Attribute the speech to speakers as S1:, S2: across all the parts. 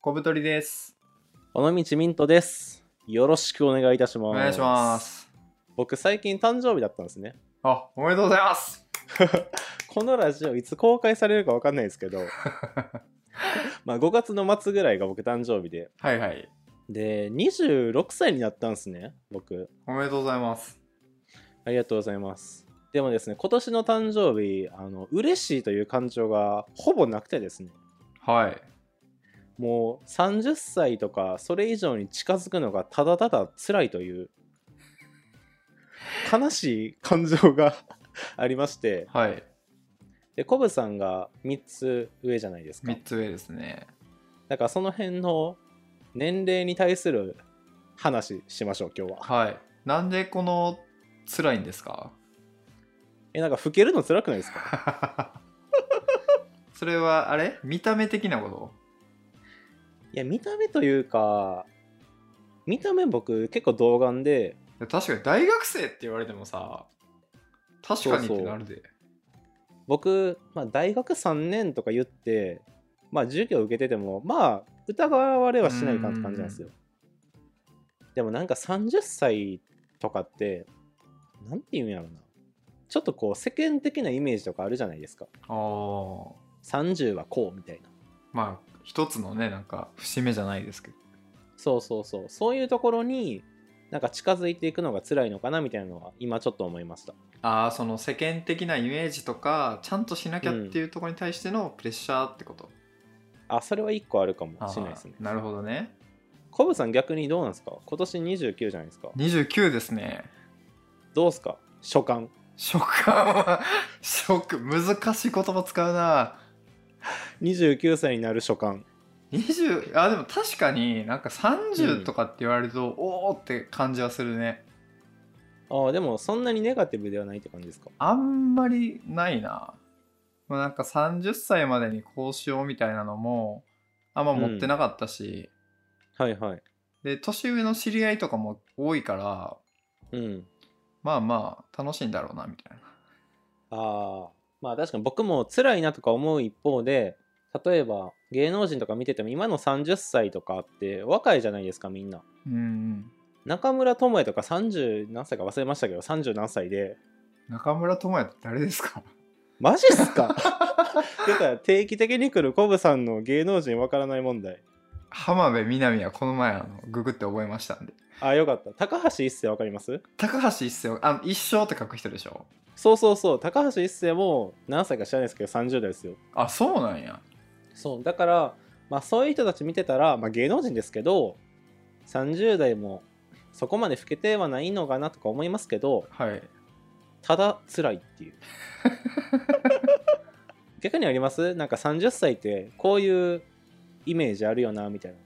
S1: 小太りです。
S2: 尾道ミントです。よろしくお願いいたします。
S1: お願いします。
S2: 僕最近誕生日だったんですね。
S1: あ、おめでとうございます。
S2: このラジオいつ公開されるかわかんないです けど、まあ5月の末ぐらいが僕誕生日で、
S1: はいはい。
S2: で26歳になったんですね。僕
S1: おめでとうございます。
S2: ありがとうございます。でもですね、今年の誕生日あの嬉しいという感情がほぼなくてですね。
S1: はい。
S2: もう30歳とかそれ以上に近づくのがただただ辛いという悲しい感情が ありまして
S1: はい。
S2: でコブさんが3つ上じゃないですか
S1: 3つ上ですね。
S2: だからその辺の年齢に対する話しましょう今日は
S1: はい。なんでこの辛いんです か
S2: えなんか老けるの辛くないですか
S1: それはあれ見た目的なこ
S2: いや見た目というか見た目僕結構童顔で
S1: と確かに大学生って言われてもさ、確かにってなるで。
S2: 僕、まあ、大学3年とか言って、まあ、授業受けててもまあ疑われはしないかなって感じなんですよでもなんか30歳とかってなんて言うんやろなちょっとこう世間的なイメージとかあるじゃないですか
S1: ああ。
S2: 30はこうみたいな
S1: まあ、一つのね、なんか、節目じゃないですけど。
S2: そうそうそうそういうところになんか近づいていくのが辛いのかなみたいなのは今ちょっと思いました
S1: ああ、その世間的なイメージとか、ちゃんとしなきゃっていうところに対してのプレッシャーってこと。
S2: あそれは1個あるかも
S1: あー
S2: しれないですね
S1: なるほどね。
S2: コブさん逆にどうなんですか今年29じゃないですか
S1: 29ですね。
S2: どうですか初感
S1: 食感は、食、難しい言葉使うな。
S2: 29歳になる所感
S1: 20、あ、でも確かになんか
S2: う
S1: 30
S2: ん
S1: とかって言われると、おおって感じはするね。
S2: ああでもそんなにネガティブではないって感じですか
S1: あんまりないな。まあ、なんか30歳までにこうしようみたいなのも、あんま持ってなかったし、
S2: はいはい
S1: で、年上の知り合いとかも多いから、
S2: うん
S1: まあまあ楽しいんだろうなみたいな。
S2: ああまあ確かに僕も辛いなとか思う一方で例えば芸能人とか見てても今の30歳とかって若いじゃないですかみんな
S1: うん。
S2: 中村倫也とか30何歳か忘れましたけど30何歳で
S1: 中村智也って誰ですか
S2: マジっす か出たら定期的に来るコブさんの芸能人わからない問題
S1: 浜辺美波はこの前あのググって覚えましたんで。
S2: ああよかった高橋一生わかります
S1: 高橋一生、あの一生って書く人でしょ
S2: そうそうそう高橋一生も何歳か知らないですけど30代ですよ
S1: あ、そうなんや。
S2: そうだから、まあ、そういう人たち見てたら、まあ、芸能人ですけど30代もそこまで老けてはないのかなとか思いますけど
S1: はい。
S2: ただ辛いっていう逆にありますなんか30歳ってこういうイメージあるよなみたいな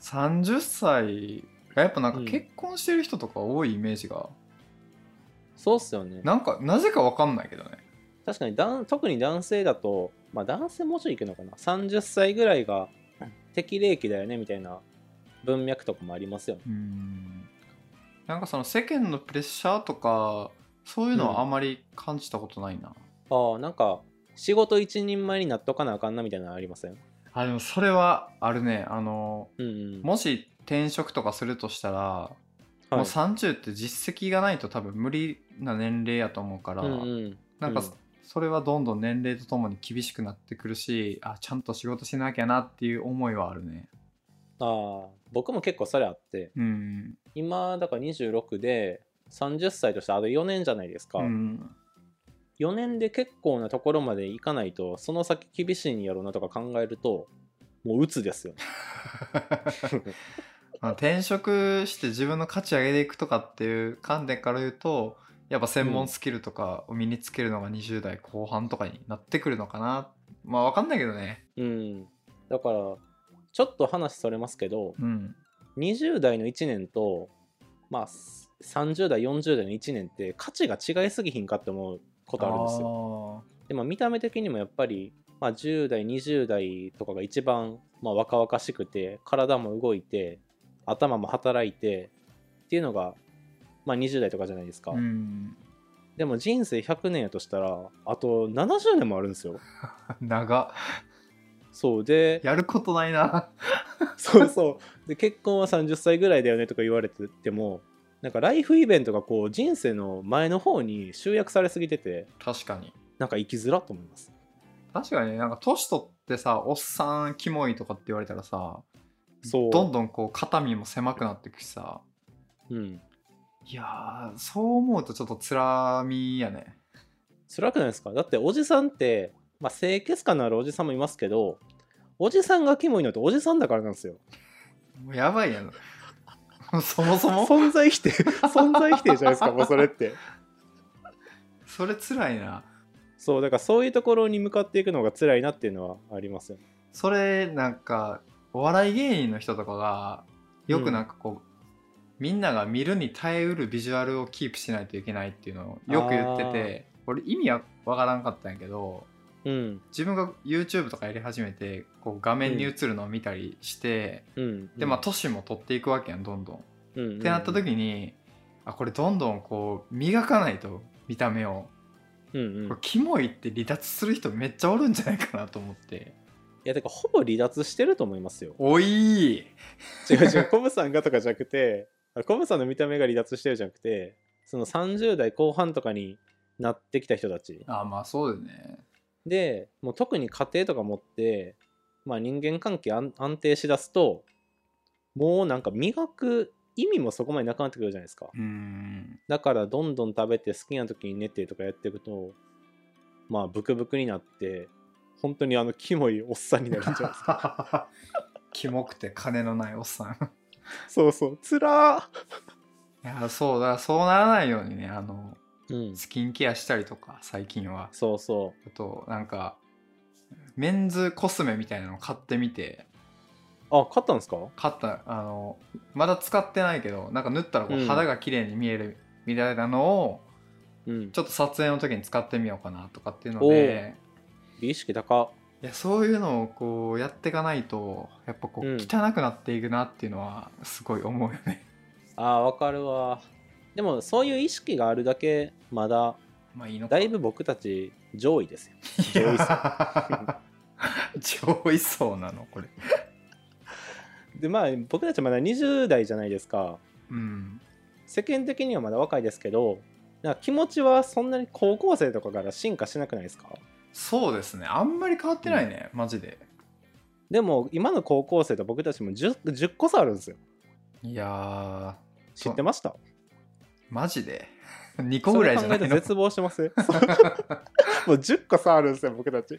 S1: 30歳がやっぱなんか
S2: うん
S1: 結婚してる人とか多いイメージが、
S2: そうっすよね
S1: なんかなぜかわかんないけどね。
S2: 確かにだん特に男性だとまあ男性もうちょいいくのかな30歳ぐらいが適齢期だよねみたいな文脈とかもありますよね
S1: うん。なんかその世間のプレッシャーとか、そういうのはあまり感じたことないな。
S2: ああなんか仕事一人前になっとかなあかんなみたいなのありません
S1: あ、でもそれはあるね。あの、
S2: うんうん、
S1: もし転職とかするとしたら、もう
S2: はい
S1: 30って実績がないと多分無理な年齢やと思うから、
S2: うんうん、
S1: なんか
S2: うん
S1: それはどんどん年齢とともに厳しくなってくるしあちゃんと仕事しなきゃなっていう思いはあるね。
S2: ああ僕も結構それあって
S1: うん、
S2: 今だから26で30歳としてあと4年じゃないですか、
S1: うん、
S2: 4年で結構なところまでいかないとその先厳しいんやろうなとか考えるともう鬱ですよね
S1: まあ転職して自分の価値上げていくとかっていう観点から言うとやっぱ専門スキルとかを身につけるのが20代後半とかになってくるのかなまあわかんないけどね。
S2: うんだからちょっと話それますけど
S1: うん、
S2: 20代の1年とまあ30代40代の1年って価値が違いすぎひんかって思うことあるんですよ
S1: よ。
S2: でも見た目的にもやっぱり、まあ、10代20代とかが一番、まあ、若々しくて体も動いて頭も働いてっていうのが、まあ、20代とかじゃないですか、
S1: うん、
S2: でも人生100年やとしたらあと70年もあるんですよ
S1: 長
S2: そうで
S1: やることないな
S2: そうそうで結婚は30歳ぐらいだよねとか言われててもなんかライフイベントがこう人生の前の方に集約されすぎてて
S1: 確かに
S2: なんか生きづらと思います
S1: 確かにねなんか年取ってさおっさんキモいとかって言われたらさ
S2: そう
S1: どんどんこう肩身も狭くなってくしさ
S2: うん
S1: いやーそう思うとちょっとつらみやね
S2: 辛くないですかだっておじさんって、まあ、清潔感のあるおじさんもいますけどおじさんがキモいのっておじさんだからなんですよ
S1: もうやばいやん そもそも
S2: 存在否定 存在否定じゃないですかもうそれって
S1: それつらいな
S2: そうだからそういうところに向かっていくのが辛いなっていうのはありますよね
S1: それなんかお笑い芸人の人とかがよくなんかこう、みんなが見るに耐えうるビジュアルをキープしないといけないっていうのをよく言ってて俺意味はわからんかったんやけど
S2: うん
S1: 自分が YouTube とかやり始めてこう画面に映るのを見たりして、
S2: うん
S1: でまあ都市も取っていくわけやんどんどん。
S2: うんうん
S1: ってなった時にあこれどんどんこう磨かないと見た目を
S2: うんうん
S1: これキモいって離脱する人めっちゃおるんじゃないかなと思って
S2: いやだからほぼ離脱してると思いますよ
S1: おい
S2: 違う違 うコブさんがとかじゃなくてあコブさんの見た目が離脱してるじゃなくてその30代後半とかになってきた人たち
S1: あまあそうだよね
S2: でもう特に家庭とか持って、まあ、人間関係安安定しだすともうなんか磨く意味もそこまでなくなってくるじゃないですか
S1: うん
S2: だからどんどん食べて好きな時に寝てとかやっていくとまあブクブクになって本当にあのキモいおっさんになるんじゃ ないですか
S1: キモくて金のないおっさん
S2: そうそうつらー
S1: いやそうだそうならないようにねあの
S2: うん
S1: スキンケアしたりとか最近は
S2: そうそ
S1: あとなんかメンズコスメみたいなの買ってみて
S2: うあ買ったんですか
S1: 買ったあのまだ使ってないけどなんか塗ったらこ
S2: う
S1: うん肌が綺麗に見えるみたいなのを
S2: うん
S1: ちょっと撮影の時に使ってみようかなとかっていうので
S2: 美意識高
S1: いやそういうのをこうやっていかないとやっぱこう
S2: うん
S1: 汚くなっていくなっていうのはすごい思うよね、
S2: あーわかるわでもそういう意識があるだけまだ
S1: まあいいのか
S2: だいぶ僕たち上位ですよ上位
S1: 層 上位層なのこれ
S2: でまあ僕たちまだ20代じゃないですか
S1: うん
S2: 世間的にはまだ若いですけどなんか気持ちはそんなに高校生とかから進化しなくないですか
S1: そうですねあんまり変わってないね、マジで
S2: でも今の高校生と僕たちも 10, 10個差あるんですよ
S1: いやー
S2: 知ってました
S1: マジで2 個ぐらいじゃない
S2: そ
S1: の
S2: れ考えて絶望してますそう もう10個差あるんですよ僕たち、
S1: い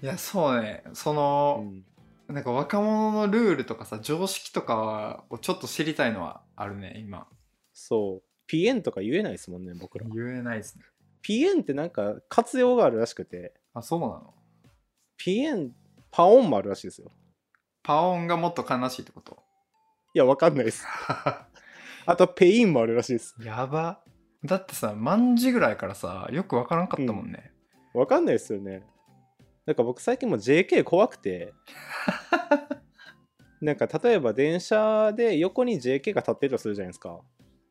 S1: やそうねそうの、
S2: ん
S1: なんか若者のルールとかさ常識とかをちょっと知りたいのはあるね今
S2: そうピエンとか言えないですもんね僕ら
S1: 言えないですね
S2: ピエンってなんか活用があるらしくて
S1: あそうなの
S2: ピエンパオンもあるらしいですよ
S1: パオンがもっと悲しいってこと
S2: いやわかんないです あとペインもあるらしいです
S1: やばだってさ万字ぐらいからさよくわからんかったもんね、
S2: わかんないですよね。なんか僕最近もう JK 怖 くて。なんか例えば電車で横に JK が立ってるとするじゃないですか。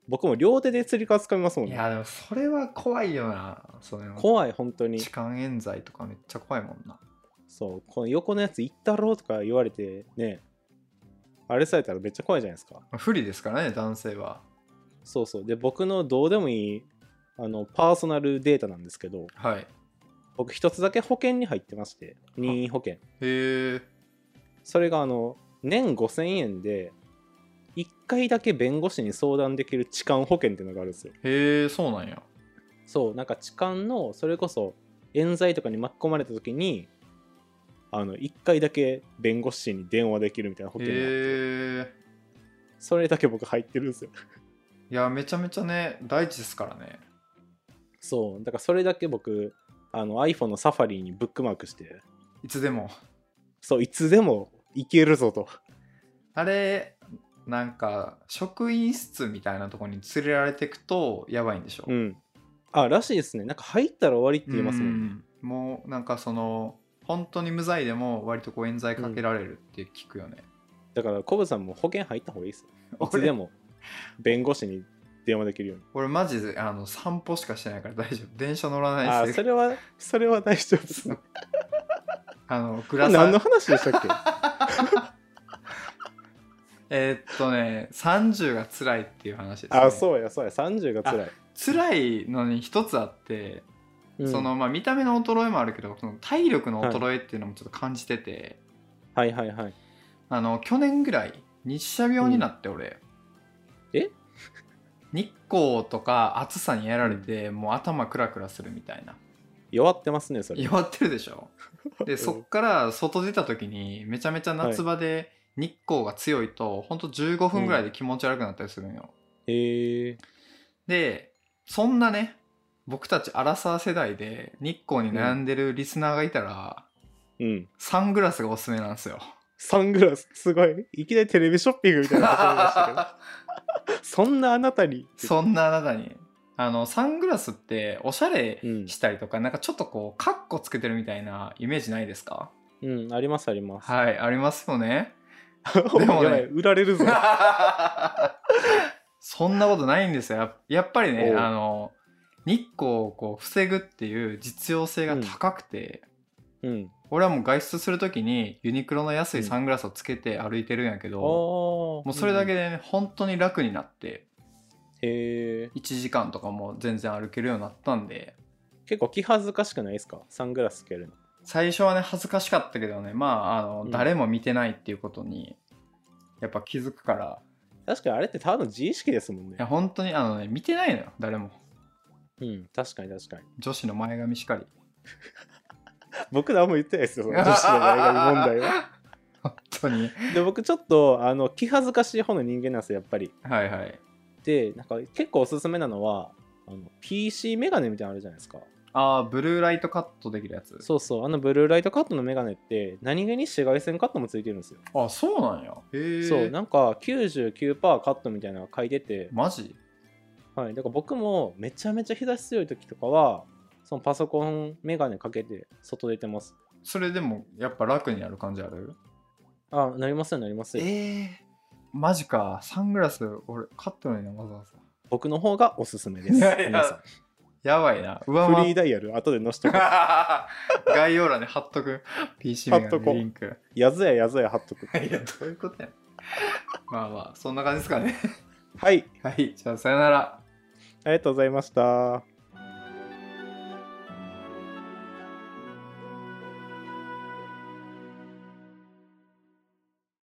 S2: 僕も両手で釣り革掴みますもん
S1: い
S2: ね。
S1: やでもそれは怖いよなそれは
S2: 怖い本当に
S1: 痴。漢冤罪とかめっちゃ怖いもんな
S2: そう、この横のやつ行ったろうとか言われてね。あれされたらめっちゃ怖いじゃないですか。
S1: 不利ですからね男性は
S2: そうそう。で、僕のどうでもいいあのパーソナルデータなんですけど、
S1: はいへ
S2: 僕一つだけ保険に入ってまして、任意保険。
S1: え
S2: それがあの年5000円で1回だけ弁護士に相談できる痴漢保険っていうのがあるんですよ
S1: へえそうなんや
S2: そうなんか痴漢のそれこそ冤罪とかに巻き込まれた時にあの1回だけ弁護士に電話できるみたいな保険が
S1: へえ
S2: それだけ僕入ってるんですよ
S1: いやめちゃめちゃね大事ですからね
S2: そうだからそれだけ僕あの iPhone のサファリにブックマークして
S1: いつでも
S2: そういつでも行けるぞと
S1: あれなんか職員室みたいなとこに連れられてくとやばいんでしょ
S2: うんあらしいですねなんか入ったら終わりって言いますもんね
S1: うんもうなんかその本当に無罪でも割とこう冤罪かけられるって聞くよね、
S2: だからコブさんも保険入った方がいいですよ いつでも弁護士に電話できるように。
S1: 俺マジであの散歩しかしてないから大丈夫電車乗らない
S2: あ
S1: で
S2: ーそ
S1: す
S2: れは、それは大丈夫です。
S1: あのグ
S2: これ
S1: ラサ
S2: 何の
S1: ン
S2: 話で したっけ
S1: えーっとね30が辛いっていう話です、ね、
S2: あそうやそうや30が辛い、
S1: 辛いのに一つあって、
S2: うん
S1: そのまあ見た目の衰えもあるけどその体力の衰えっていうのもちょっと感じてて、
S2: はいはいはい
S1: あの去年ぐらい日射病になって俺、
S2: え
S1: 日光とか暑さにやられて、もう頭クラクラするみたいな
S2: 弱ってますねそれ
S1: 弱ってるでし ょでそっから外出た時にめちゃめちゃ夏場で日光が強いと、ほんと15分ぐらいで気持ち悪くなったりするんよ、
S2: へえ
S1: でそんなね僕たちアラサー世代で日光に悩んでるリスナーがいたら、
S2: うん
S1: サングラスがおすすめなんですよ。
S2: サングラスすごいいきなりテレビショッピングみたいなこと言いましたけど そんなあなたに
S1: そんなあなたにあのサングラスっておしゃれ
S2: うん
S1: したりとか、なんかちょっとこうカッコつけてるみたいなイメージないですか
S2: うんありますあります
S1: はいありますよ ね
S2: で
S1: もね
S2: もね売られるぞ
S1: そんなことないんですよややっぱりね
S2: おう
S1: あの日光をこう防ぐっていう実用性が高くて、
S2: うん
S1: 俺はもう外出する時にユニクロの安いサングラスをつけて歩いてるんやけ
S2: ああ
S1: ど、も
S2: も
S1: うそれだけで、ね本当に楽になって
S2: へえ
S1: 1時間とかも全然歩けるようになったんで
S2: 結構気恥ずかしくないですかサングラスつけるの
S1: 最初はね恥ずかしかったけどねまああの、
S2: うん
S1: 誰も見てないっていうことにやっぱ気づくから
S2: 確かにあれってただの自意識ですもんね
S1: いや本当にあのね見てないのよ誰も
S2: うん確かに確かに
S1: 女子の前髪しかり
S2: 僕何も言ってないですよその女子の前髪問題は
S1: 本当に
S2: で僕ちょっとあの気恥ずかしい方の人間なんですよやっぱり
S1: はいはい
S2: でなんか結構おすすめなのはあの PC メガネみたいなのあるじゃないですか
S1: ああブルーライトカットできるやつ
S2: そうそうあのブルーライトカットのメガネって何気に紫外線カットもついてるんですよ、
S1: あそうなんやへえ
S2: そうなんか99%カットみたいなのが書いてて、
S1: マジ
S2: はい、だから僕もめちゃめちゃ日差し強い時とかはそのパソコンメガネかけて外出てます
S1: それでもやっぱ楽になる感じある
S2: あなりませんなりません
S1: ええマジかサングラス俺買ってないなわざわざ
S2: 僕の方がおすすめです
S1: いやいや
S2: 皆さん
S1: やばいな上
S2: フリ
S1: 回
S2: ーダイヤル後で載せとこう
S1: 概要欄に貼っとく PC メガ
S2: 貼
S1: ネ
S2: っとこう
S1: リンク
S2: やずややずや貼っとく
S1: いやどういうことやまあまあそんな感じですかね
S2: はい
S1: はいじゃあさよなら
S2: ありがとうございました